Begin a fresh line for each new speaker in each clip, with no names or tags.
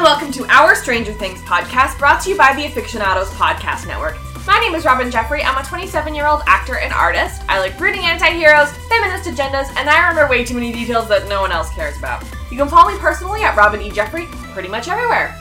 welcome to our Stranger Things podcast, brought to you by the Aficionados Podcast Network. My name is Robin Jeffrey. I'm a 27 year old actor and artist. I like brooding anti heroes, feminist agendas, and I remember way too many details that no one else cares about. You can follow me personally at Robin E. Jeffrey pretty much everywhere.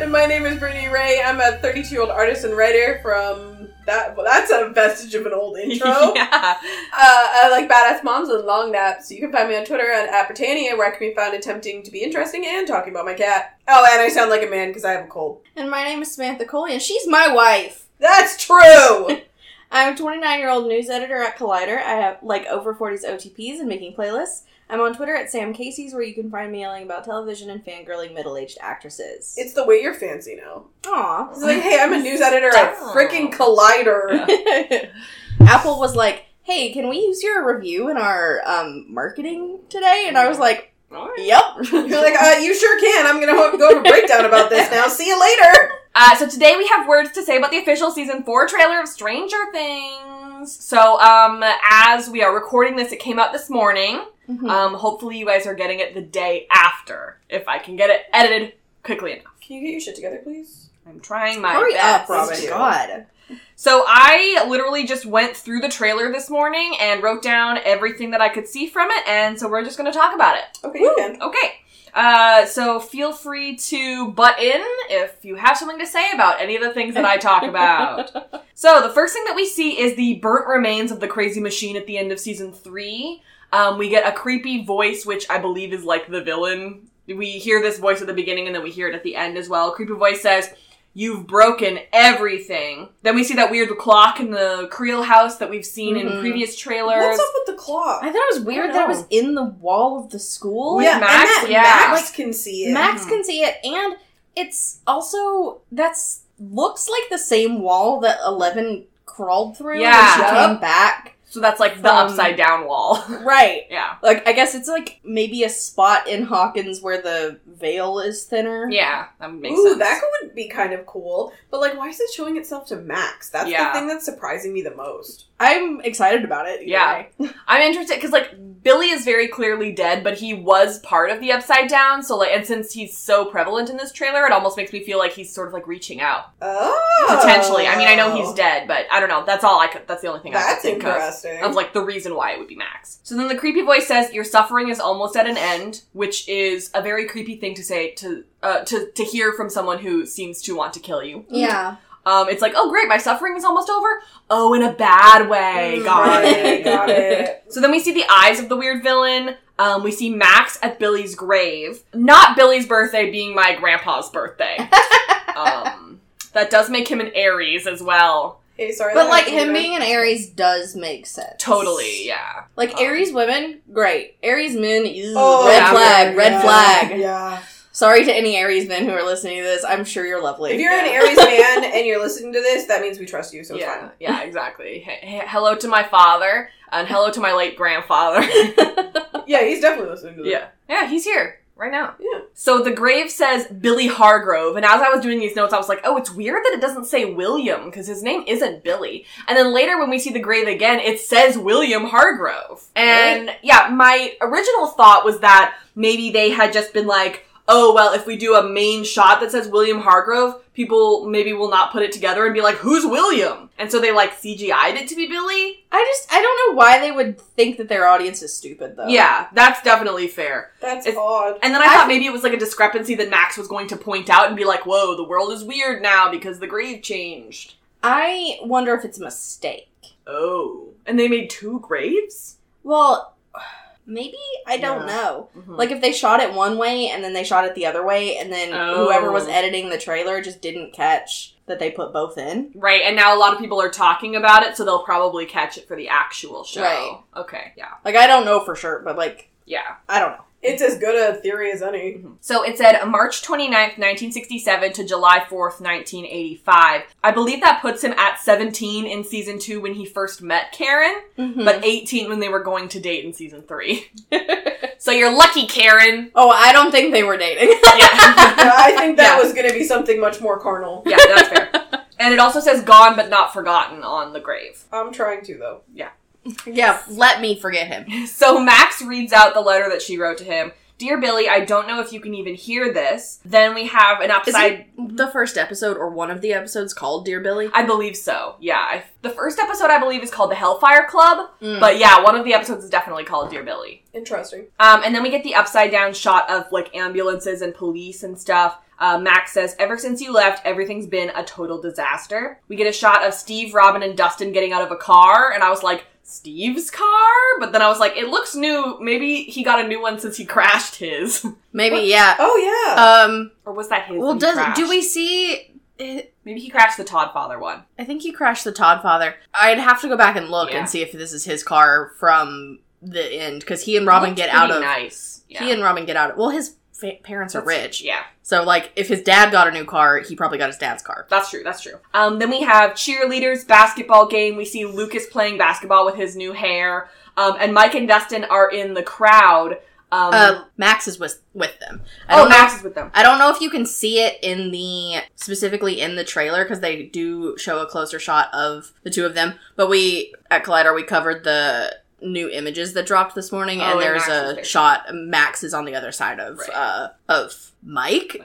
and my name is Brittany Ray. I'm a 32 year old artist and writer from that. Well, that's a vestige of an old intro.
yeah.
uh, I like badass moms and long naps. You can find me on Twitter and at Britannia, where I can be found attempting to be interesting and talking about my cat. Oh, and I sound like a man because I have a cold.
And my name is Samantha Coley, and she's my wife.
That's true.
I'm a 29 year old news editor at Collider. I have like over 40s OTPs and making playlists. I'm on Twitter at Sam Casey's, where you can find me yelling about television and fangirling middle aged actresses.
it's the way you're fancy now.
Aw.
It's like, hey, I'm a news editor at
Damn.
freaking Collider.
Apple was like, hey, can we use your review in our um, marketing today? And I was like, yep.
You're like, uh, you sure can. I'm gonna ho- go to a breakdown about this now. See you later.
Uh, so today we have words to say about the official season four trailer of Stranger Things. So, um, as we are recording this, it came out this morning. Um, hopefully you guys are getting it the day after, if I can get it edited quickly enough.
Can you get your shit together, please?
I'm trying my
Hurry
best.
up, Robin.
Thank you.
God.
So I literally just went through the trailer this morning and wrote down everything that I could see from it, and so we're just going to talk about it.
Okay, you can.
Okay. Uh, so feel free to butt in if you have something to say about any of the things that I talk about. so the first thing that we see is the burnt remains of the crazy machine at the end of season three. Um, we get a creepy voice, which I believe is like the villain. We hear this voice at the beginning and then we hear it at the end as well. creepy voice says, You've broken everything. Then we see that weird clock in the Creel house that we've seen in
Mhm.
previous trailers.
What's up with the clock?
I thought it was
I
weird that it
know.
was in the wall of the school.
with Max?
and that
Yeah.
Max can see it.
Max
Mhm.
can see it, and it's also that's looks like the same wall that Eleven crawled through
Yeah.
when she
Yup.
came back.
So that's like the
From-
upside down wall.
Right.
yeah.
Like I guess it's like maybe a spot in Hawkins where the veil is thinner.
Yeah. That makes
Ooh,
sense.
that would be kind of cool. But like, why is it showing itself to Max? That's
Yeah.
the thing that's surprising me the most.
I'm excited about it. either
Yeah.
way.
I'm interested because like Billy is very clearly dead, but he was part of the Upside Down. So like, and since he's so prevalent in this trailer, it almost makes me feel like he's sort of like reaching out
Oh,
potentially. I mean, I know he's dead, but I don't know. That's all I could. That's the only thing I could
That's
think of.
interesting.
Of like the reason why it would be Max. So then the creepy voice says, "Your suffering is almost at an end," which is a very creepy thing to say to uh, to to hear from someone who seems to want to kill you.
Yeah.
Um, it's like, "Oh great, my suffering is almost over." Oh, in a bad way. Got
Right,
it.
got it.
So then we see the eyes of the weird villain. Um, we see Max at Billy's grave. Not Billy's birthday being my grandpa's birthday. um, that does make him an Aries as well.
Hey, sorry.
But
that
like
happened
him
to me.
being an Aries does make sense.
Totally, yeah.
Like
Um,
Aries women, great. Aries men, ew,
Oh,
red
yeah.
flag, red
yeah,
flag.
Yeah.
Sorry to any Aries men who are listening to this. I'm sure you're lovely.
If you're an
Yeah.
Aries man and you're listening to this, that means we trust you. So it's
yeah,
fine.
yeah, exactly. He- he- hello to my father, and hello to my late grandfather.
Yeah, he's definitely listening to this.
yeah. Yeah, he's here right now.
Yeah.
So the grave says Billy Hargrove, and as I was doing these notes, I was like, oh, it's weird that it doesn't say William, because his name isn't Billy. And then later when we see the grave again, it says William Hargrove. And yeah, my original thought was that maybe they had just been like, oh, well, if we do a main shot that says William Hargrove, people maybe will not put it together and be like, who's William? And so they like CGI'd it to be Billy.
I just I don't know why they would think that their audience is stupid though.
Yeah, that's definitely fair.
That's
It's-
odd.
And then I,
I
thought
think-
maybe it was like a discrepancy that Max was going to point out and be like, whoa, the world is weird now because the grave changed.
I wonder if it's a mistake.
Oh. And they made two graves?
Well, maybe I don't
Yeah.
know.
Mm-hmm.
Like if they shot it one way and then they shot it the other way and then
Oh.
whoever was editing the trailer just didn't catch that they put both in.
right, and now a lot of people are talking about it, so they'll probably catch it for the actual show.
Right.
Okay, yeah.
Like I don't know for sure, but like
Yeah.
I don't know.
It's as good a theory as any.
Mm-hmm. So it said March 29th, 1967 to July 4th, 1985. I believe that puts him at 17 in season 2 when he first met Karen,
But
but 18 when they were going to date in season 3. so you're lucky, Karen.
oh, I don't think they were dating.
Yeah.
But I think that
Yeah.
was going to be something much more carnal.
Yeah, that's fair. and it also says gone but not forgotten on the grave.
I'm trying to though.
yeah, let me forget him.
So Max reads out the letter that she wrote to him. Dear Billy, I don't know if you can even hear this. Then we have an upside.
the first episode or one of the episodes called Dear Billy?
I believe so. Yeah. I, the first episode, I believe, is called The Hellfire Club.
Mm.
But yeah, one of the episodes is definitely called Dear Billy.
Interesting.
Um, and then we get the upside down shot of like ambulances and police and stuff. Uh, Max says, ever since you left, everything's been a total disaster. We get a shot of Steve, Robin, and Dustin getting out of a car, and I was like, Steve's car? But then I was like, it looks new. Maybe he got a new one since he crashed his.
maybe
What?
yeah.
Oh yeah.
Um.
or was that his? that
Well,
he
does do
crashed?
we see? I
Maybe he crashed the Todd Father one.
think he crashed the Todd father. I'd have to go back and look
Yeah.
and see if this is his car from the end because he and Robin
Looked
get out
pretty
of.
nice. Yeah.
He and Robin get out. of... Well, his fa- parents are
That's-
rich,
Yeah.
so like if his dad got a new car, he probably got his dad's car.
That's true. That's true. Um, then we have cheerleaders basketball game. We see Lucas playing basketball with his new hair. Um, and Mike and Dustin are in the crowd. Um,
Uh, Max is with with them. I
oh,
don't know
Max is with them.
I don't know if you can see it in the specifically in the trailer because they do show a closer shot of the two of them. But we at Collider we covered the new images that dropped this morning,
Oh,
and
and
there's
Max is
a
there.
shot. Max is on the other side of
Right.
uh, of Mike.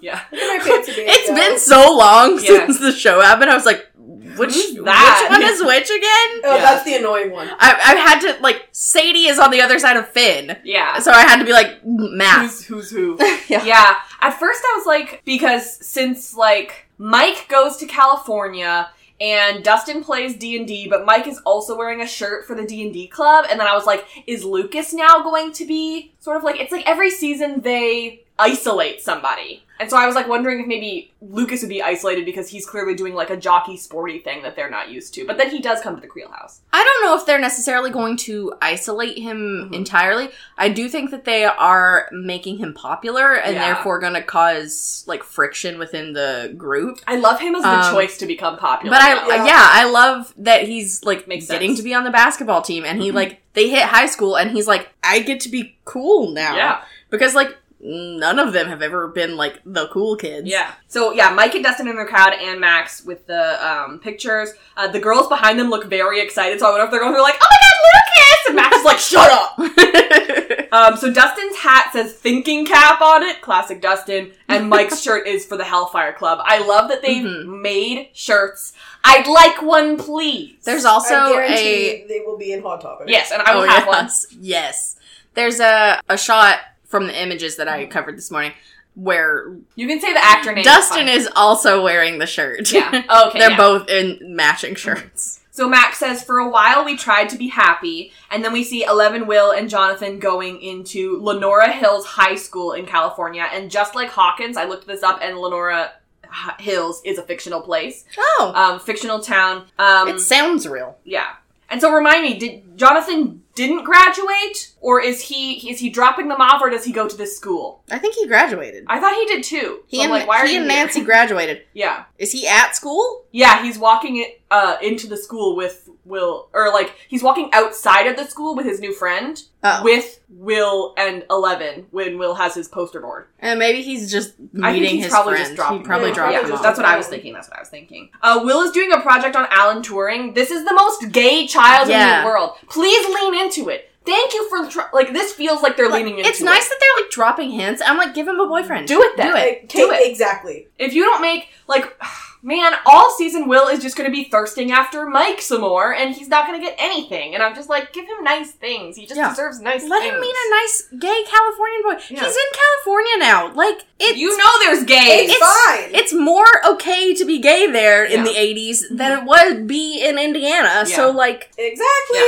Yeah.
Look at my fancy band,
It's
though.
been so long
Yeah.
since the show happened. I was like, which
Who's
which
that?
one is which again?
Yeah.
Oh, that's the annoying one.
I, I had to like Sadie is on the other side of Finn,
Yeah.
so I had to be like Max.
Who's, who's who?
yeah.
yeah. At first, I was like, because since like Mike goes to California and Dustin plays D and D, but Mike is also wearing a shirt for the D and D club, and then I was like, is Lucas now going to be sort of like it's like every season they isolate somebody. And so I was like wondering if maybe Lucas would be isolated because he's clearly doing like a jockey sporty thing that they're not used to. But then he does come to the Creel house.
I don't know if they're necessarily going to isolate him
Mhm.
entirely. I do think that they are making him popular and
Yeah.
therefore going to cause like friction within the group.
I love him as the
Um,
choice to become popular.
But I
now.
yeah.
Yeah.
I love that he's like
Makes
getting
sense. Mm-hmm.
to be on the basketball team and he like they hit high school and he's like I get to be cool now.
yeah.
Because like none of them have ever been like the cool kids.
Yeah. So yeah, Mike and Dustin in the crowd, and Max with the um, pictures. Uh, the girls behind them look very excited, so I wonder if they're going to be like, "Oh my god, Lucas!" And Max is like, "Shut up." Um, so Dustin's hat says "Thinking Cap" on it, classic Dustin, and Mike's shirt is for the Hellfire Club. I love that they've
Mm-hmm.
made shirts. I'd like one, please.
There's also
I
a
guarantee they will be in hot topic.
yes, and I will
oh,
have one.
yes. Yes. There's a, a shot from the images that
Mm-hmm.
I covered this morning where
You can say the actor name.
Dustin
it's
is also wearing the shirt.
fine. yeah. Okay.
They're
yeah. Mm-hmm.
both in matching shirts.
So Max says, for a while we tried to be happy, and then we see Eleven, Will, and Jonathan going into Lenora Hills High School in California. And just like Hawkins, I looked this up, and Lenora H- Hills is a fictional place,
Oh.
um, fictional town. Um,
it sounds real.
yeah. And so remind me, did Jonathan didn't graduate, or is he is he dropping them off, or does he go to this school?
I think he graduated.
I thought he did too.
He
So I'm
and,
like, why are
he
you
and
here?
Nancy graduated.
Yeah.
Is he at school?
Yeah, he's walking it uh, into the school with Will, or like he's walking outside of the school with his new friend,
Oh.
with Will and Eleven when Will has his poster board.
And maybe he's just meeting
I think he's
his
probably
friend.
just dropping.
he probably
them.
Yeah,
dropped
Yeah,
him
just-
off.
that's what I was thinking. That's what I was thinking. Uh, Will is doing a project on Alan Turing. This is the most gay child
Yeah.
in the world. Please lean into it. Thank you for tr- like this feels like they're leaning into
it's nice that they're like dropping hints. I'm like, give him a boyfriend.
Do it then.
Do it.
Like,
Do
Kate-
it.
Exactly.
If you don't make like man, all season Will is just gonna be thirsting after Mike some more and he's not gonna get anything. And I'm just like, give him nice things. He just
Yeah.
deserves nice
Let
things.
him meet a nice gay Californian boy.
Yeah.
He's in California now. Like it's
You know there's gays.
It's, fine.
it's more okay to be gay there
Yeah. Mm-hmm.
in the 80s than it would be in Indiana. So
Yeah.
like
exactly.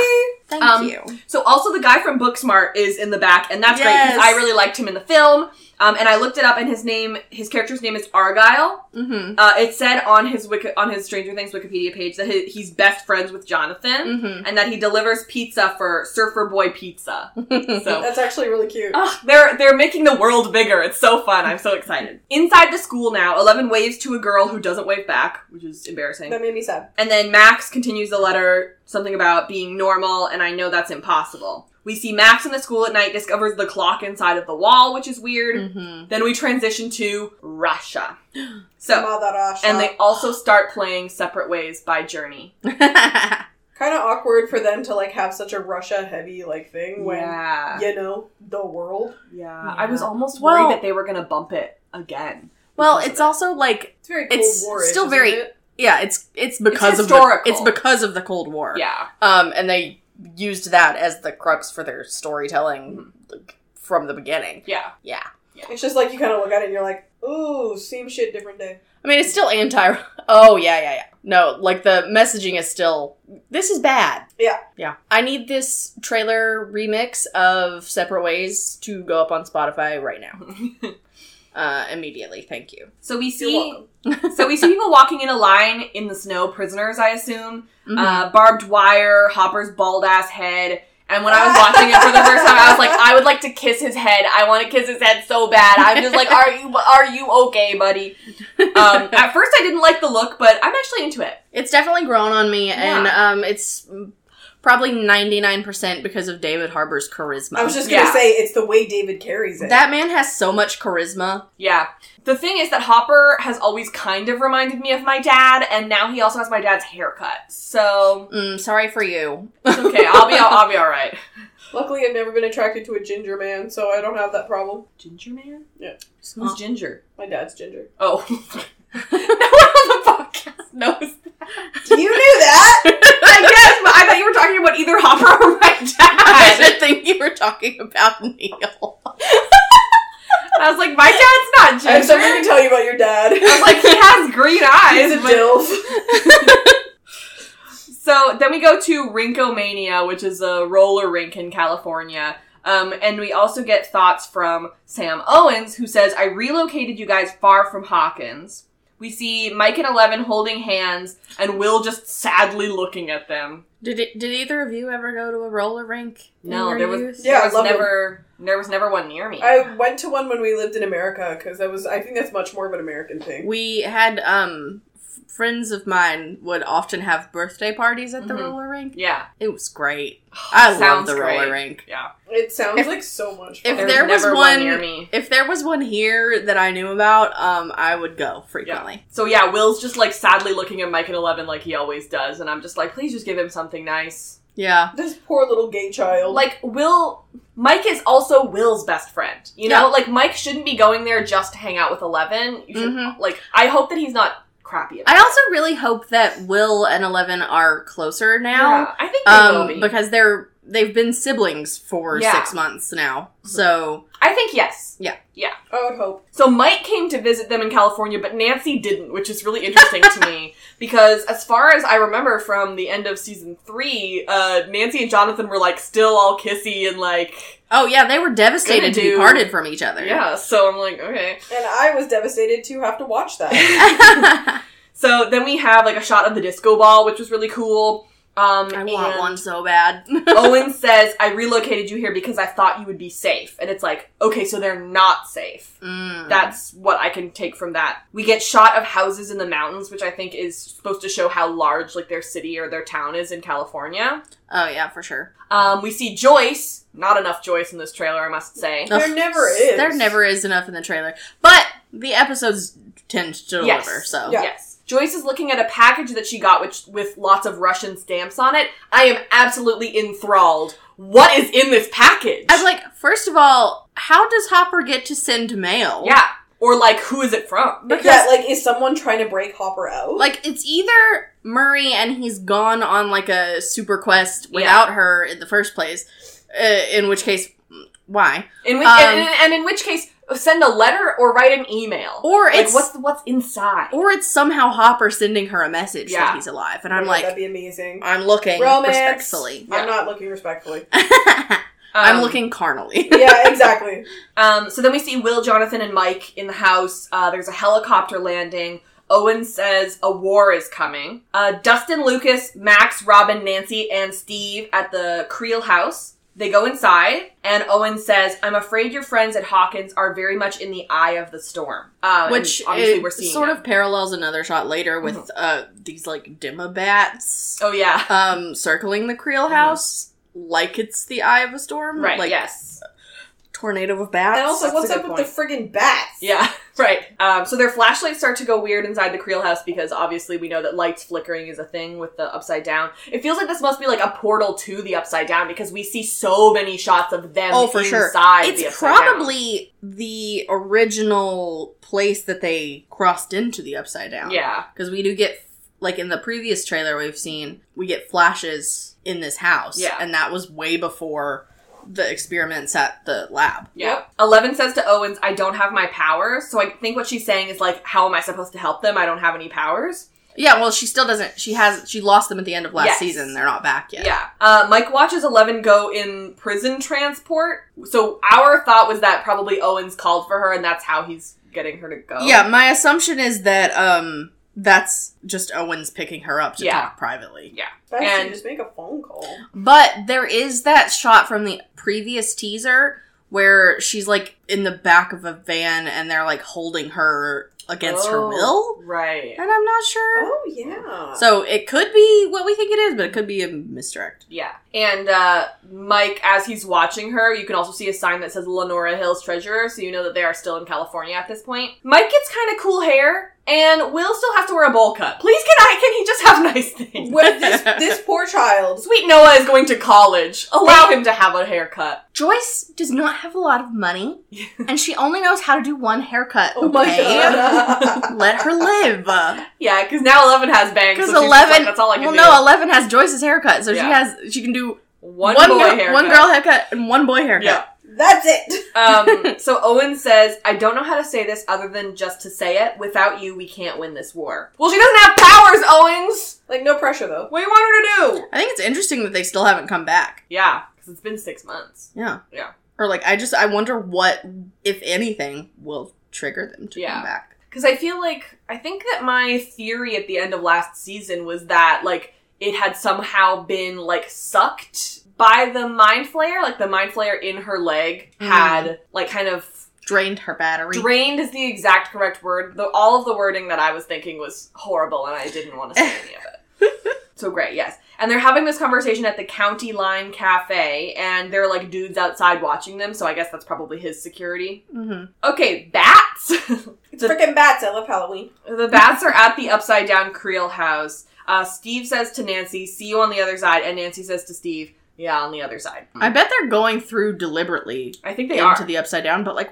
thank
Um,
you.
so also the guy from Booksmart is in the back, and that's great
Yes.
because I really liked him in the film. Um, and I looked it up, and his name, his character's name is Argyle.
Mhm.
Uh, it said on his Wiki, on his Stranger Things Wikipedia page that he, he's best friends with Jonathan,
Mhm.
and that he delivers pizza for Surfer Boy Pizza. So Oh.
That's actually really cute.
Ugh, they're they're making the world bigger. It's so fun. I'm so excited. Inside the school now, Eleven waves to a girl who doesn't wave back, which is embarrassing.
that made me sad.
And then Max continues the letter, something about being normal, and I know that's impossible. We see Max in the school at night discovers the clock inside of the wall, which is weird.
Mhm.
Then we transition to Russia. So
Madarasha.
and they also start playing Separate Ways by Journey.
kind of awkward weird for them to like have such a Russia heavy like thing when
yeah.
you know the world.
Yeah, I was
Yeah.
almost worried
Well-
that they were gonna bump it again.
Well,
because of
it's
it.
also like
It's very Cold
It's
War-ish,
still
isn't
very-
it?
yeah, it's it's because of the,
historical.
it's because of the Cold War.
yeah,
Um, and they used that as the crux for their
Mm-hmm.
storytelling like, from the beginning.
yeah,
Yeah.
It's just like you kind of look at it and you're like, ooh, same shit, different day.
I mean, it's still anti. Oh yeah, yeah, yeah. No, like the messaging is still. This is bad.
Yeah.
yeah. I need this trailer remix of Separate Ways to go up on Spotify right now, uh, immediately. Thank you.
so we
You're
see,
welcome.
so we see people walking in a line in the snow, prisoners, I assume,
Uh,
uh, barbed wire, Hopper's bald ass head. And when I was watching it for the first time, I was like, I would like to kiss his head. I want to kiss his head so bad. I'm just like, are you are you okay, buddy? Um, at first, I didn't like the look, but I'm actually into it.
it's definitely grown on me, and um, it's probably ninety nine percent because of David Harbour's charisma.
I was just gonna
Yeah.
say it's the way David carries it.
that man has so much charisma.
Yeah. The thing is that Hopper has always kind of reminded me of my dad, and now he also has my dad's haircut. So
Mm, sorry for you.
it's okay. I'll be I'll be all right.
Luckily, I've never been attracted to a ginger man, so I don't have that problem.
Ginger man.
Yeah.
Who's Ginger?
My dad's ginger.
Oh. no one on the podcast knows
you knew that.
I guess, but I thought you were talking about either Hopper or my
I
dad.
didn't think you were talking about Neil.
I was like, my dad's not
I have
ginger.
something to tell you about your dad.
I was like, he has green eyes.
He's a
but-
dilf.
So then we go to Rinkomania, which is a roller rink in California. Um, and we also get thoughts from Sam Owens, who says, I relocated you guys far from Hawkins. We see Mike and Eleven holding hands, and Will just sadly looking at them.
Did it, did either of you ever go to a roller rink? in
No,
your
there was,
youth?
Yeah, I
there was
love 'em.
never there was never one near me.
I went to one when we lived in America because that was. I think that's much more of an American thing.
We had um f- friends of mine would often have birthday parties at the
Mhm.
roller rink.
yeah,
It was great. I love
Oh, Sounds
the
great.
roller rink.
yeah.
It sounds
If-
like so much.
if
fun.
There's
there was
never
one-
near me.
If there was one here that I knew about, um, I would go frequently.
So yeah, Will's just like sadly looking at Mike and Eleven like he always does, and I'm just like, please just give him something nice.
Yeah.
this poor little gay child.
Like Will, Mike is also Will's best friend. You know,
Yeah.
like Mike shouldn't be going there just to hang out with Eleven. You should
Mhm.
like. I hope that he's not crappy. About
I also really hope that Will and Eleven are closer
it.
now.
Yeah, I think they will
um,
be.
because they're they've been siblings for
Yeah. Mm-hmm.
six months now. So
I think yes.
I would hope.
So Mike came to visit them in California, but Nancy didn't, which is really interesting to me because, as far as I remember from the end of season three, uh, Nancy and Jonathan were like still all kissy and like
oh yeah, they were devastated to be
do-
parted from each other.
yeah. So I'm like, okay.
And I was devastated to have to watch that.
So then we have like a shot of the disco ball, which was really cool. Um,
I
and
want one so bad.
Oh,
Owen says, "I relocated you here because I thought you would be safe," and it's like, okay, so they're not safe.
Mm.
That's what I can take from that. We get shot of houses in the mountains, which I think is supposed to show how large like their city or their town is in California.
oh yeah, for sure.
Um, we see Joyce. Not enough Joyce in this trailer, I must say.
There never is.
There never is enough in the trailer, but the episodes tend to deliver.
Yes.
So
Yeah.
Yes. Joyce is looking at a package that she got which with lots of Russian stamps on it. I am absolutely enthralled. What is in this package?
I'm like, first of all, how does Hopper get to send mail?
Yeah. Or like who is it from?
Because that, like, is someone trying to break Hopper out?
Like it's either Murray and he's gone on like a super quest without her in the first place, uh, in which case, why?
In which,
Um,
and, and- and in which case send a letter or write an email.
Or
like
it's
what's what's inside?
or it's somehow Hopper sending her a message
Yeah.
that he's alive, and
Oh my
I'm
God,
like,
that'd be amazing.
I'm looking
Romance.
respectfully.
Yeah.
I'm not looking respectfully.
I'm
Um,
looking carnally.
yeah, exactly.
Um, so then we see Will, Jonathan, and Mike in the house. Uh, there's a helicopter landing. Owen says a war is coming. Uh, Dustin, Lucas, Max, Robin, Nancy, and Steve at the Creel house. They go inside, and Owen says, "I'm afraid your friends at Hawkins are very much in the eye of the storm." Um,
Which
and obviously
it
we're seeing Uh-huh.
sort
them.
of parallels another shot later with uh, these like demobats
Oh yeah,
um, circling the Creel
Mhm.
house like it's the eye of a storm.
right.
Like
yes,
tornado of bats.
And also,
That's
what's
a
up
good
with the friggin' bats?
Yeah, right. Um, so their flashlights start to go weird inside the Creel house because obviously we know that lights flickering is a thing with the upside down. It feels like this must be like a portal to the upside down because we see so many shots of them
Oh, for sure.
inside the
It's
upside down.
probably the original place that they crossed into the upside down.
Yeah.
Because we do get, like in the previous trailer we've seen, we get flashes in this house.
Yeah.
And that was way before the experiments at the lab.
Yeah. Eleven says to Owens, I don't have my powers. So I think what she's saying is like, how am I supposed to help them? I don't have any powers.
Yeah, well, she still doesn't. She has. She lost them at the end of last
Yes.
season. They're not back yet.
Yeah. Uh, Mike watches Eleven go in prison transport. So our thought was that probably Owens called for her and that's how he's getting her to go.
Yeah, my assumption is that um that's just Owens picking her up to
Yeah.
talk privately.
Bats, you
And-
just make a phone call.
But there is that shot from the previous teaser where she's like in the back of a van and they're like holding her against her
Oh,
will.
Right.
And I'm not sure.
Oh yeah.
So it could be what we think it is, but it could be a misdirect.
Yeah. And uh, Mike, as he's watching her, you can also see a sign that says Lenora Hills Treasurer, so you know that they are still in California at this point. Mike gets kind of cool hair, and Will still has to wear a bowl cut. Please, can I? Can he just have nice things?
Where this this poor child?
Sweet Noah is going to college. Allow him to have a haircut.
Joyce does not have a lot of money, and she only knows how to do one haircut.
Oh my
okay?
god.
Let her live.
Yeah, because now Eleven has bangs.
Because
so she's just like,
eleven,
that's all I can
well,
do.
no, eleven has Joyce's haircut, so she
Yeah.
has she can do
one,
one
boy
girl,
haircut.
one girl haircut and one boy haircut.
Yeah.
That's it.
Um, so Owen says, I don't know how to say this other than just to say it. Without you, we can't win this war. Well, she doesn't have powers, Owens!
Like no pressure though.
What do you want her to do?
I think it's interesting that they still haven't come back.
Yeah, because it's been six months.
Yeah,
Yeah.
Or like, I just I wonder what, if anything, will trigger them to
Yeah.
come back.
Because I feel like I think that my theory at the end of last season was that like it had somehow been like sucked by the mind flayer. Like the mind flayer in her leg had like kind of
Drained her battery.
drained is the exact correct word. The, all of the wording that I was thinking was horrible, and I didn't want to say any of it. So great, yes. And they're having this conversation at the County Line Cafe, and there are like dudes outside watching them. So I guess that's probably his security.
Mhm.
Okay, bats.
It's freaking bats. I love Halloween.
the bats are at the upside down Creel house. Uh, Steve says to Nancy, "See you on the other side," and Nancy says to Steve, "Yeah, on the other side."
I bet they're going through deliberately
I think they
into
are.
the upside down, but like,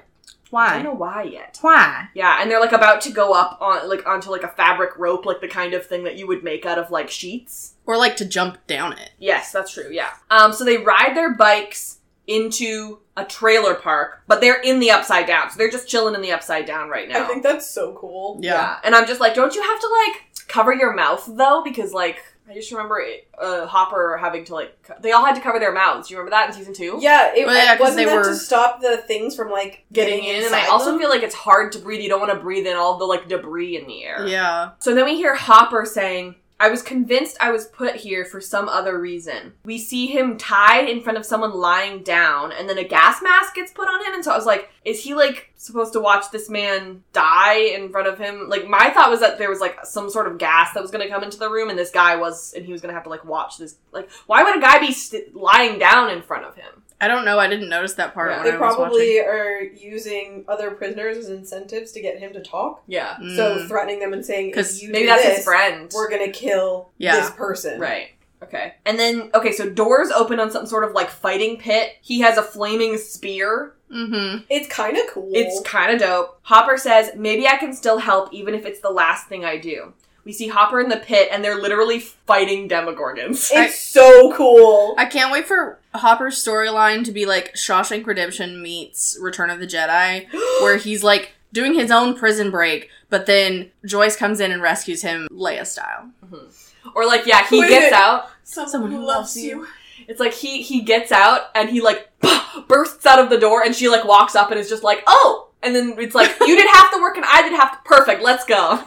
I don't
why?
know why yet.
Why?
Yeah, and they're like about to go up on like onto like a fabric rope, like the kind of thing that you would make out of like sheets.
Or like to jump down it.
Yes, that's true. Yeah. Um. So they ride their bikes into a trailer park, but they're in the upside down, so they're just chilling in the upside down right now.
I think that's so cool.
Yeah. And I'm just like, don't you have to like cover your mouth though? Because like, I just remember it, uh, Hopper having to like, co- they all had to cover their mouths. You remember that in season two?
Yeah, it
Well, yeah, 'cause
wasn't
they
that
were-
to stop the things from like
Getting in, and I
inside
also
them?
feel like it's hard to breathe. You don't want to breathe in all the like debris in the air.
Yeah.
So then we hear Hopper saying, I was convinced I was put here for some other reason. We see him tied in front of someone lying down, and then a gas mask gets put on him. And so I was like, is he like supposed to watch this man die in front of him? Like, my thought was that there was like some sort of gas that was going to come into the room, and this guy was, and he was going to have to like watch this. Like, why would a guy be st- lying down in front of him?
I don't know. I didn't notice that part.
Yeah.
when
they
I was watching.
probably are using other prisoners as incentives to get him to talk.
Yeah.
So
Mm.
threatening them and saying, if
'Cause
you
Maybe
do
that's
this,
his friend.
we're gonna kill
Yeah.
this person.
Right. Okay. And then, okay, so doors open on some sort of like fighting pit. He has a flaming spear.
Mm-hmm.
It's kind of cool.
It's kind of dope. Hopper says, maybe I can still help even if it's the last thing I do. We see Hopper in the pit and they're literally fighting Demogorgons.
it's so cool.
I can't wait for Hopper's storyline to be like Shawshank Redemption meets Return of the Jedi, where he's like doing his own prison break, but then Joyce comes in and rescues him Leia style.
Mm-hmm. Or like, yeah, he
Wait a
gets
minute.
out.
Someone who loves you.
It's like he he gets out and he like bursts out of the door and she like walks up and is just like, "Oh." And then it's like, "You did half the work and I did half the perfect. Let's go."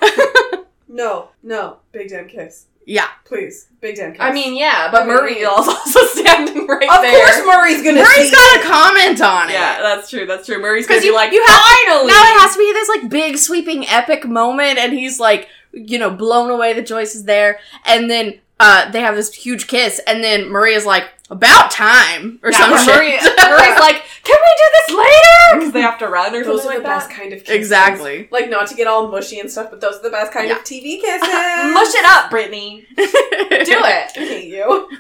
No, no, big damn kiss,
Yeah.
please, big damn kiss.
I mean, yeah, but
I mean-
Murray is also standing right
of
there.
course Murray's gonna.
Murray's
see
got a comment on it.
Yeah, that's true. That's true. Murray's
'Cause
gonna be
you-
like,
you have-
finally.
Now it has to be this like big sweeping epic moment and he's like, you know, blown away that Joyce is there and then uh they have this huge kiss and then Maria's like, About time or
Yeah,
some
Murray-
shit.
Murray's like, can we do this later? Because they have to run or
Those
something
are the
like that.
best kind of kisses.
exactly.
Like not to get all mushy and stuff, but those are the best kind
Yeah.
of TV kisses.
Mush it up, Brittany. Do it.
I hate you.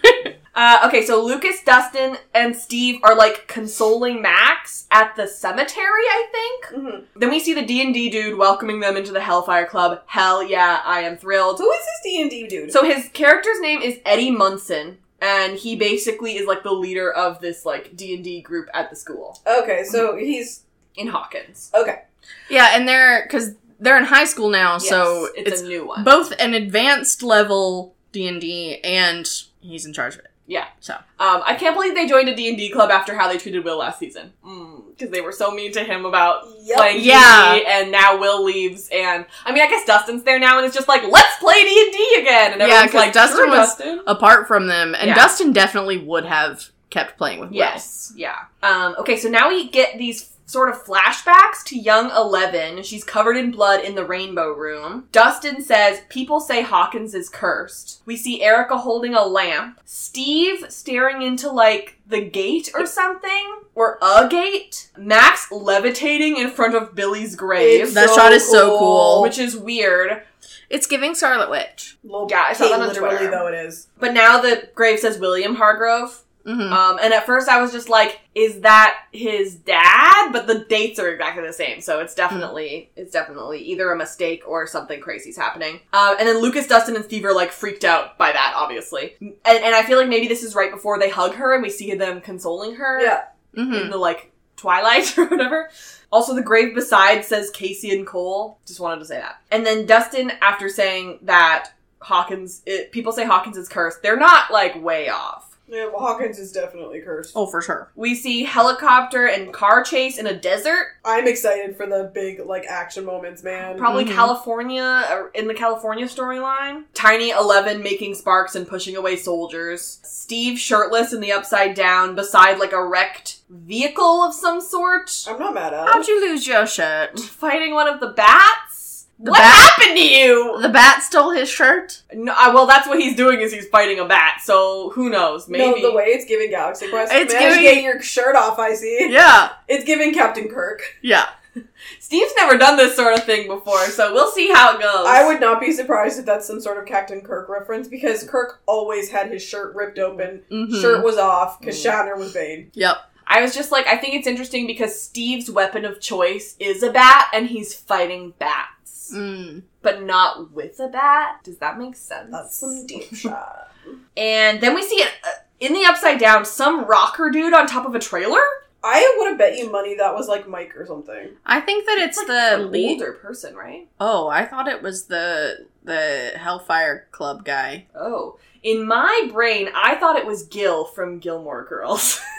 Uh, okay, so Lucas, Dustin, and Steve are like consoling Max at the cemetery, I think.
Mhm.
Then we see the D and D dude welcoming them into the Hellfire Club. Hell yeah, I am thrilled.
Who is this D and D dude?
So his character's name is Eddie Munson, and he basically is like the leader of this like D and D group at the school
okay, so he's
in Hawkins.
okay.
Yeah, and they're because they're in high school now, so
Yes, it's,
it's,
a new one.
both an advanced level D and D, and he's in charge of it.
um, I can't believe they joined a D and D club after how they treated Will last season. Because they were so mean to him about
Yep.
playing
Yeah.
D&D, and now Will leaves, and I mean, I guess Dustin's there now, and it's just like, let's play D and D again, and
Yeah,
everyone's
'cause
like,
Dustin
"Sure,
was-
Dustin.
Apart from them, and
Yeah.
Dustin definitely would have kept playing with Will.
Yes, yeah. Um, okay, so now we get these sort of flashbacks to young Eleven. She's covered in blood in the Rainbow Room. Dustin says, "People say Hawkins is cursed." We see Erica holding a lamp. Steve staring into like the gate or something, or a gate. Max levitating in front of Billy's grave.
It's
That shot is so cool.
which is weird.
It's giving Scarlet Witch.
Little
Yeah, I saw
Kate,
that on
literally
Twitter.
though it is.
But now the grave says William Hargrove.
hmm
Um, and at first I was just like, is that his dad? But the dates are exactly the same, so it's definitely it's definitely either a mistake or something crazy's happening. Um, and then Lucas, Dustin, and Steve are like freaked out by that, obviously. And, and I feel like maybe this is right before they hug her and we see them consoling her
Yeah.
hmm
in the like twilight or whatever. Also, the grave beside says Casey and Cole. Just wanted to say that. And then Dustin, after saying that Hawkins, it, people say Hawkins is cursed. They're not like way off.
Yeah, well, Hawkins is definitely cursed.
Oh, for sure.
We see helicopter and car chase in a desert,
I'm excited for the big like action moments, man.
probably
Mhm.
California or in the California storyline. Tiny Eleven making sparks and pushing away soldiers. Steve shirtless in the upside down beside like a wrecked vehicle of some sort.
I'm not mad at.
How'd
it.
you lose your shirt?
fighting one of the bats.
The
what
bat-
happened to you?
The bat stole his shirt.
No, I, well, that's what he's doing is he's fighting a bat. So who knows? Maybe.
No, the way it's giving Galaxy Quest. It's
It's
giving
giving-
getting your shirt off. I see.
Yeah,
It's giving Captain Kirk.
yeah.
Steve's never done this sort of thing before, so we'll see how it goes.
I would not be surprised if that's some sort of Captain Kirk reference because Kirk always had his shirt ripped open,
Mhm.
shirt was off because
Mm.
Shatner was Bane.
Yep.
I was just like, I think it's interesting because Steve's weapon of choice is a bat, and he's fighting bats,
Mm.
but not with a bat. Does that make sense?
That's some deep shot.
and then we see it. Uh, in the upside down, some rocker dude on top of a trailer.
I would have bet you money that was like Mike or something.
I think that it's
Like
the
an
lead.
older person, right?
Oh, I thought it was the the Hellfire Club guy.
Oh, in my brain, I thought it was Gil from Gilmore Girls.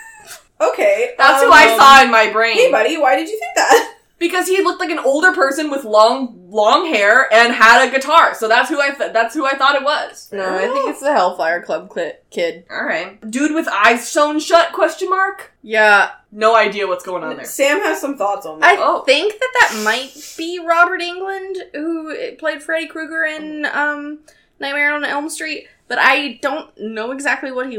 Okay,
That's
um,
who I saw in my
Hey,
brain.
buddy, why did you think that?
because he looked like an older person with long, long hair and had a guitar. So that's who I th- that's who I thought it was.
No, Uh, I think it's the Hellfire Club cli kid.
All right, dude with eyes sewn shut? Question mark.
Yeah,
No idea what's going on there.
Sam has some thoughts on
I
that.
Oh.
think that that might be Robert England, who played Freddy Krueger in um, Nightmare on Elm Street. But I don't know exactly what he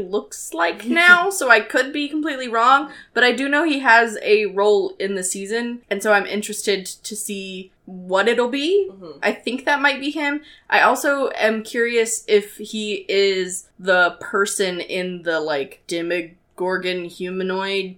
looks like now, so I could be completely wrong. But I do know he has a role in the season, and so I'm interested to see what it'll be.
Mhm.
I think that might be him. I also am curious if he is the person in the like demogorgon humanoid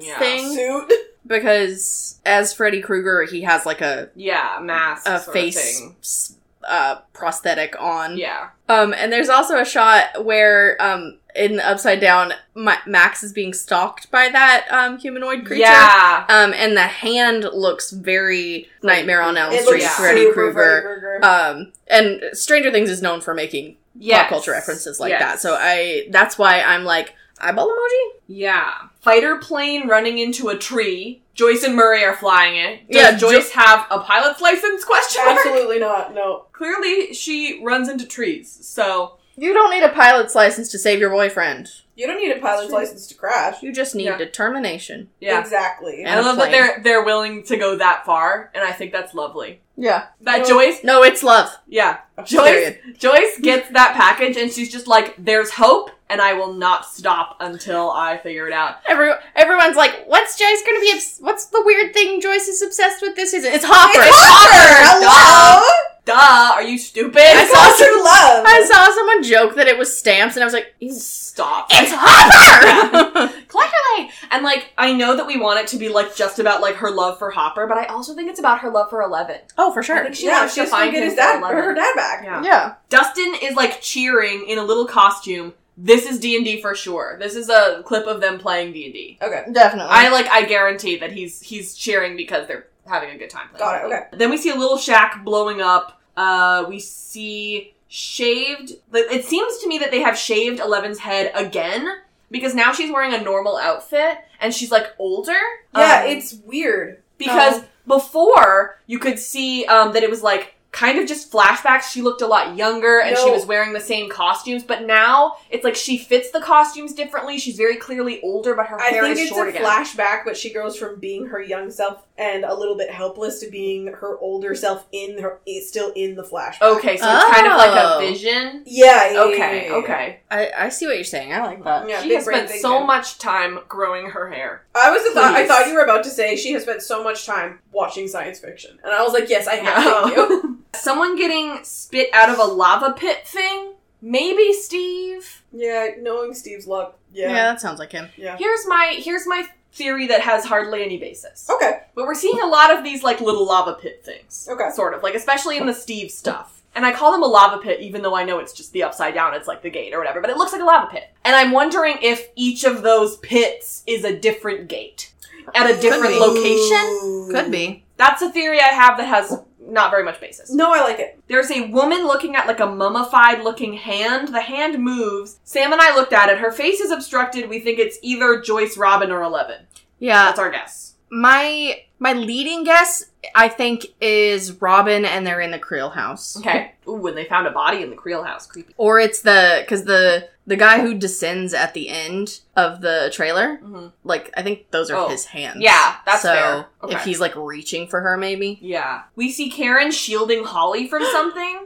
Thing,
thing,
yeah.
Suit.
because as Freddy Krueger, he has like a
Yeah, mask.
a
sort of
face
thing.
s- uh, prosthetic on.
Yeah.
Um, and there's also a shot where um in Upside Down, Ma- Max is being stalked by that um humanoid creature.
Yeah.
Um, and the hand looks very Nightmare on Elm
It
Street,
looks
yeah.
Freddy
super
Krueger.
Freddy Krueger.
Um, and Stranger Things is known for making
Yes.
pop culture references like
Yes.
that. So I that's why I'm like eyeball emoji.
Yeah. Fighter plane running into a tree. Joyce and Murray are flying it. Does
Yeah, Jo-
Joyce have a pilot's license? Question mark.
Absolutely not. No.
Clearly, she runs into trees. So
You don't need a pilot's license to save your boyfriend.
You don't need a pilot's
true.
license to crash.
You just need
Yeah.
determination.
yeah,
Exactly.
Yeah.
I love that
Airplane.
they're they're willing to go that far, and I think that's lovely.
Yeah.
That
No.
Joyce,
No, it's love.
yeah,
Okay.
Joyce,
Period.
Joyce gets that package, and she's just like, "There's hope, and I will not stop until I figure it out.
Every, everyone's like, "What's Joyce gonna be? Obs- what's the weird thing Joyce is obsessed with? This is it's Hopper.
Hello!
Duh, are you stupid?
I saw
Lost in love.
I saw someone joke that it was stamps, and I was like, "It's
Stop.
Hopper."
Clearly! And like, I know that we want it to be like just about like her love for Hopper, but I also think it's about her love for Eleven.
oh, for
I
sure.
think she
yeah,
wants to
she's gonna
find
get
him
his
for
dad or
Eleven.
her dad back.
Yeah.
Yeah.
Dustin is like cheering in a little costume. This is D and D for sure. This is a clip of them playing D and D.
Okay.
Definitely.
I like. I guarantee that he's he's cheering because they're having a good time. Playing
Got it,
D&D. Then we see a little shack blowing up. Uh, we see shaved. like, It seems to me that they have shaved Eleven's head again because now she's wearing a normal outfit and she's like older.
Yeah,
Um,
it's weird.
because before you could see um, that it was like kind of just flashbacks she looked a lot younger and she
No.
was wearing the same costumes but now it's like she fits the costumes differently she's very clearly older but her
I
hair
think
is
it's
short
a
again
flashback, but she goes from being her young self and a little bit helpless to being her older self in her is still in the flashback.
okay so it's kind of like
Oh.
a vision
Yeah. yeah, yeah, yeah,
okay
yeah.
okay
I, I see what you're saying. I like that.
Yeah,
she
big
has
brain
spent
thinking.
so much time growing her hair
I was a thought, I
Please.
thought you were about to say she has spent so much time watching science fiction, and I was like, yes, I have. Thank you.
someone getting spit out of a lava pit thing maybe steve
Yeah, knowing Steve's luck.
Yeah.
Yeah.
that sounds like him.
here's my here's my theory that has hardly any basis
Okay.
But we're seeing a lot of these like little lava pit things.
Okay.
Sort of. Like especially in the Steve stuff. And I call them a lava pit even though I know it's just the upside down, it's like the gate or whatever, but it looks like a lava pit. And I'm wondering if each of those pits is a different gate at a different
be.
location.
Could be.
That's a theory I have that has not very much basis.
No, I like it.
There's a woman looking at like a mummified looking hand. The hand moves. Sam and I looked at it. Her face is obstructed. We think it's either Joyce, Robin, or Eleven.
Yeah.
That's our guess.
My my leading guess, I think, is Robin, and they're in the Creel house.
Okay. Ooh, and they found a body in the Creel house. Creepy.
or it's the because the the guy who descends at the end of the trailer
Mhm.
like i think those are
Oh.
his hands
Yeah, that's
so
fair. Okay.
if he's like reaching for her maybe
Yeah. We see Karen shielding Holly from something.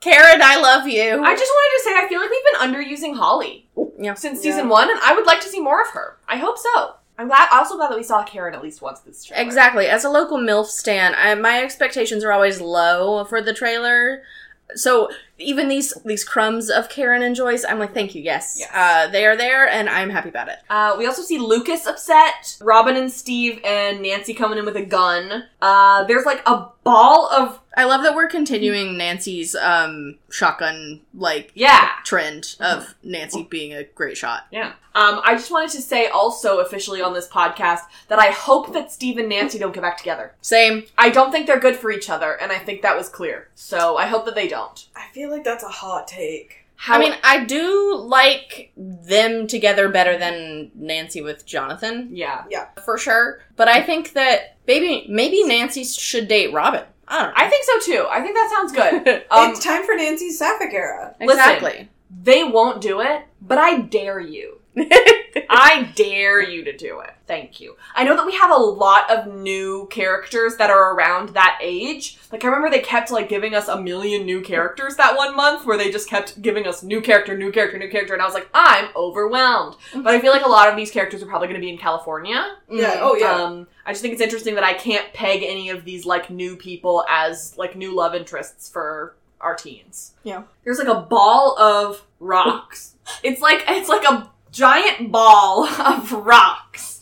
karen i love you
I just wanted to say I feel like we've been underusing Holly
yeah
since
Yeah.
season one, and I would like to see more of her. I hope so. I'm glad also glad that we saw Karen at least once this trailer.
exactly as a local milf stan I, my expectations are always low for the trailer so even these these crumbs of karen and joyce i'm like thank you yes,
Yes.
Uh, they are there and i'm happy about it
Uh, we also see Lucas upset, Robin and Steve and Nancy coming in with a gun. Uh, there's like a ball of
i love that we're
Mm-hmm.
continuing nancy's um shotgun like
yeah.
trend of
Mm-hmm.
Nancy being a great shot.
Um, I just wanted to say also officially on this podcast that I hope that Steve and Nancy don't get back together.
Same.
I don't think they're good for each other, and I think that was clear. So I hope that they don't.
I feel like that's a hot take.
How,
I mean, I do like them together better than Nancy with Jonathan,
yeah.
for sure. But I think that maybe maybe Nancy should date Robin. I don't know.
I think so too. I think that sounds good. Um,
it's time for Nancy's sapphic era.
listen.
exactly.
they won't do it, but I dare you. I dare you to do it. Thank you. I know that we have a lot of new characters that are around that age. Like I remember they kept like giving us a million new characters that one month where they just kept giving us new character, new character, new character and I was like, "I'm overwhelmed." But I feel like a lot of these characters are probably going to be in California.
Mm-hmm.
Yeah. Oh yeah.
Um, I just think it's interesting that I can't peg any of these like new people as like new love interests for our teens.
Yeah.
There's like a ball of rocks. it's like it's like a giant ball of rocks.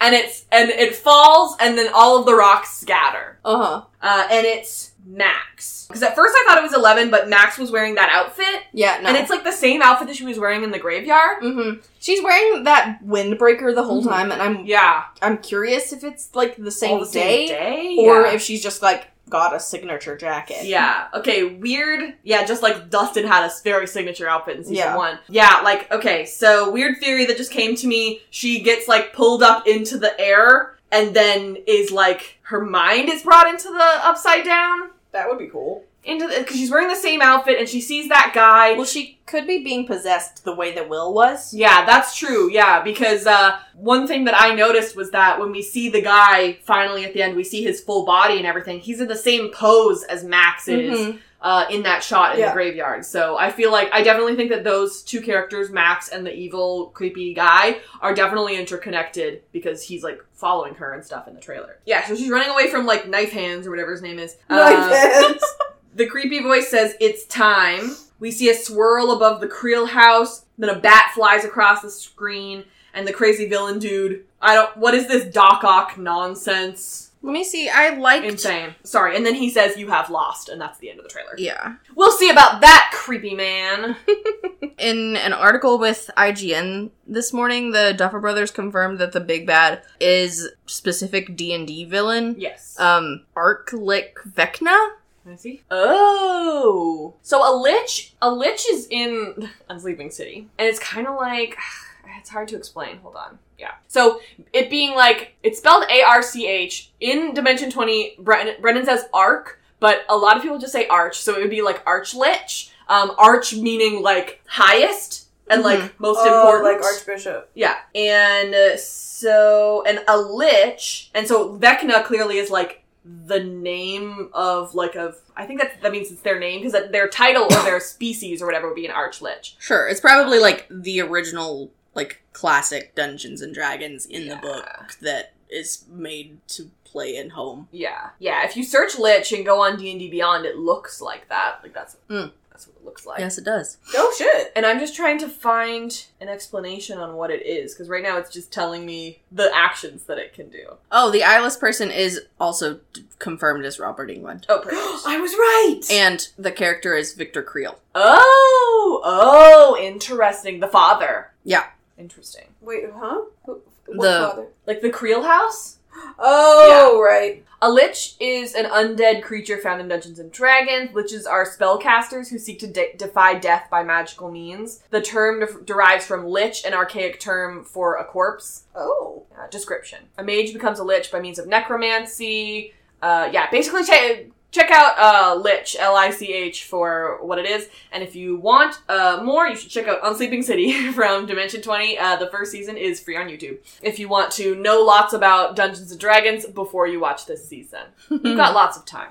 And it's and it falls and then all of the rocks scatter.
Uh huh.
Uh, and it's Max. Because at first I thought it was Eleven, but Max was wearing that outfit.
Yeah. No.
And it's like the same outfit that she was wearing in the graveyard.
hmm She's wearing that windbreaker the whole
Mhm.
time, and I'm
Yeah.
I'm curious if it's like Mm-hmm. the same,
All the
day,
day?
or
Yeah.
if she's just like got a signature jacket.
Yeah. Okay. Weird. Yeah. Just like Dustin had a very signature outfit in season
Yeah.
one. Yeah. Like okay. So weird theory that just came to me. She gets like pulled up into the air and then is like her mind is brought into the upside down
that would be cool.
into the because she's wearing the same outfit and she sees that guy.
Well, she could be being possessed the way that Will was.
Yeah, that's true. Yeah, because uh, one thing that I noticed was that when we see the
Mm-hmm.
guy finally at the end, we see his full body and everything. He's in the same pose as Max is. uh, in that shot in
Yeah.
the graveyard. So I feel like I definitely think that those two characters, Max and the evil creepy guy, are definitely interconnected because he's like following her and stuff in the trailer. Yeah, so she's running away from like knife hands or whatever his name is. Uh,
Knife
the creepy voice says, It's time. We see a swirl above the Creel house, then a bat flies across the screen, and the crazy villain dude. I don't. What is this Doc Ock nonsense?
Let me see. I liked.
Insane. Sorry. And then he says, You have lost, and that's the end of the trailer.
Yeah.
We'll see about that, creepy man.
In an article with IGN this morning, the Duffer Brothers confirmed that the Big Bad is specific D and D villain,
yes. Uh,
um, Arklik Vecna.
I see. Oh. So a lich, a lich is in Unsleeping City, and it's kind of like it's hard to explain. Hold on. Yeah. So it being like it's spelled A R C H in Dimension Twenty. Brennan, Brennan says arc, but a lot of people just say arch, so it would be like arch lich. Um, arch meaning like highest and like most important.
Oh, like Archbishop.
Yeah. And uh, so, and a lich, and so Vecna clearly is like the name of like of I think that that means it's their name because their title or their species or whatever would be an archlich.
Sure, it's probably like the original, like classic Dungeons and Dragons in
Yeah.
the book that is made to play in home.
Yeah. Yeah. If you search lich and go on D and D Beyond, it looks like that. Like that's
Mm.
that's what it looks like.
yes, it does.
No Oh, shit.
And I'm just trying to find an explanation on what it is because right now it's just telling me the actions that it can do.
Oh, the eyeless person is also d- confirmed as Robert England,
Oh, perfect.
I was right.
and the character is Victor Creel.
oh, oh, interesting. The father.
Yeah.
Interesting.
Wait, huh? Who- What
The-
father?
Like the Creel house?
Oh, right.
A lich is an undead creature found in Dungeons and Dragons. Liches are spellcasters who seek to de- defy death by magical means. The term def- derives from lich, an archaic term for a corpse.
Oh.
Uh, description: A mage becomes a lich by means of necromancy. Uh, yeah, basically check check out uh, lich L I C H for what it is. And if you want uh, more, you should check out Unsleeping City from Dimension Twenty. Uh, the first season is free on YouTube. If you want to know lots about Dungeons and Dragons before you watch this season, you've got lots of time.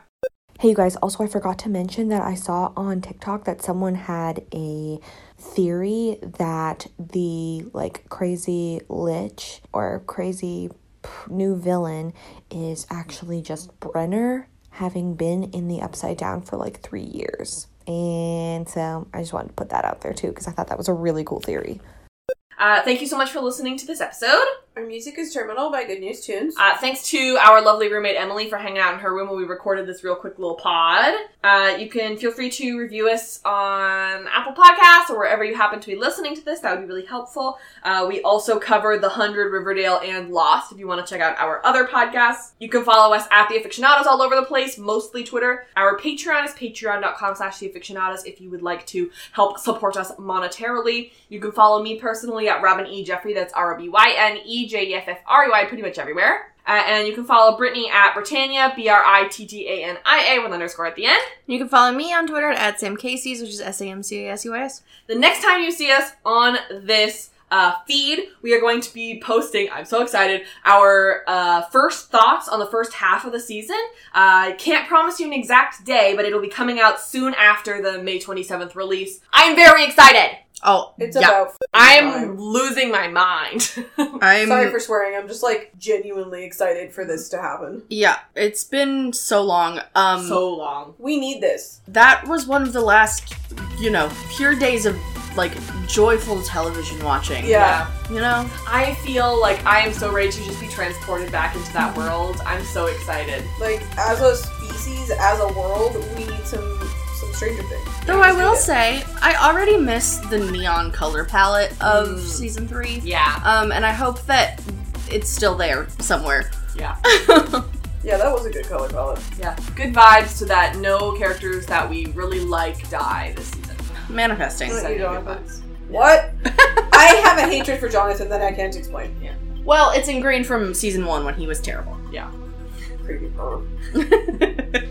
Hey, you guys, also, I forgot to mention that I saw on TikTok that someone had a theory that the like crazy lich or crazy p- new villain is actually just Brenner having been in the upside down for like three years. And so I just wanted to put that out there too because I thought that was a really cool theory.
Uh, thank you so much for listening to this episode.
Our music is Terminal by Good News Tunes.
Uh, thanks to our lovely roommate Emily for hanging out in her room when we recorded this real quick little pod. Uh, you can feel free to review us on Apple Podcasts or wherever you happen to be listening to this. That would be really helpful. Uh, we also cover The 100, Riverdale, and Lost if you want to check out our other podcasts. You can follow us at The Aficionados all over the place, mostly Twitter. Our Patreon is patreon.com slash The Aficionados if you would like to help support us monetarily. You can follow me personally at Robin E. Jeffrey, that's E R-O-B-Y-N-E-J-E-F-F-R-E-Y, pretty much everywhere. Uh, and you can follow Brittany at Britannia, B R I T T A N I A, with underscore at the end.
You can follow me on Twitter at Sam Casey's, which is S A M C A S U I S.
The next time you see us on this uh, feed, we are going to be posting, I'm so excited, our uh, first thoughts on the first half of the season. Uh, I can't promise you an exact day, but it'll be coming out soon after the May 27th release. I'm very excited!
Oh,
It's
yeah.
about. f***ing
I'm
time.
losing my mind.
I'm
Sorry for swearing. I'm just like genuinely excited for this to happen.
yeah. It's been so long. Um,
so long.
We need this.
that was one of the last, you know, pure days of like joyful television watching.
Yeah.
You know.
I feel like I am so ready to just be transported back into that world. I'm so excited.
Like as a species, as a world, we need some some Stranger Things.
Though
We
I
just need
will
it.
say, I already miss the neon color palette of
Mm.
season three.
Yeah,
Um, and I hope that it's still there somewhere.
yeah,
Yeah, that was a good color palette.
yeah. Good vibes to that. No characters that we really like die this season.
Manifesting.
Thank
Excited
you,
good
Jonathan.
vibes.
What? I have a hatred for Jonathan that I can't explain.
Well, it's ingrained from season one when he was terrible.
Creepy. perv.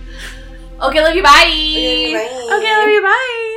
Okay, love you. Bye.
Okay, bye.
Okay, love you. Bye.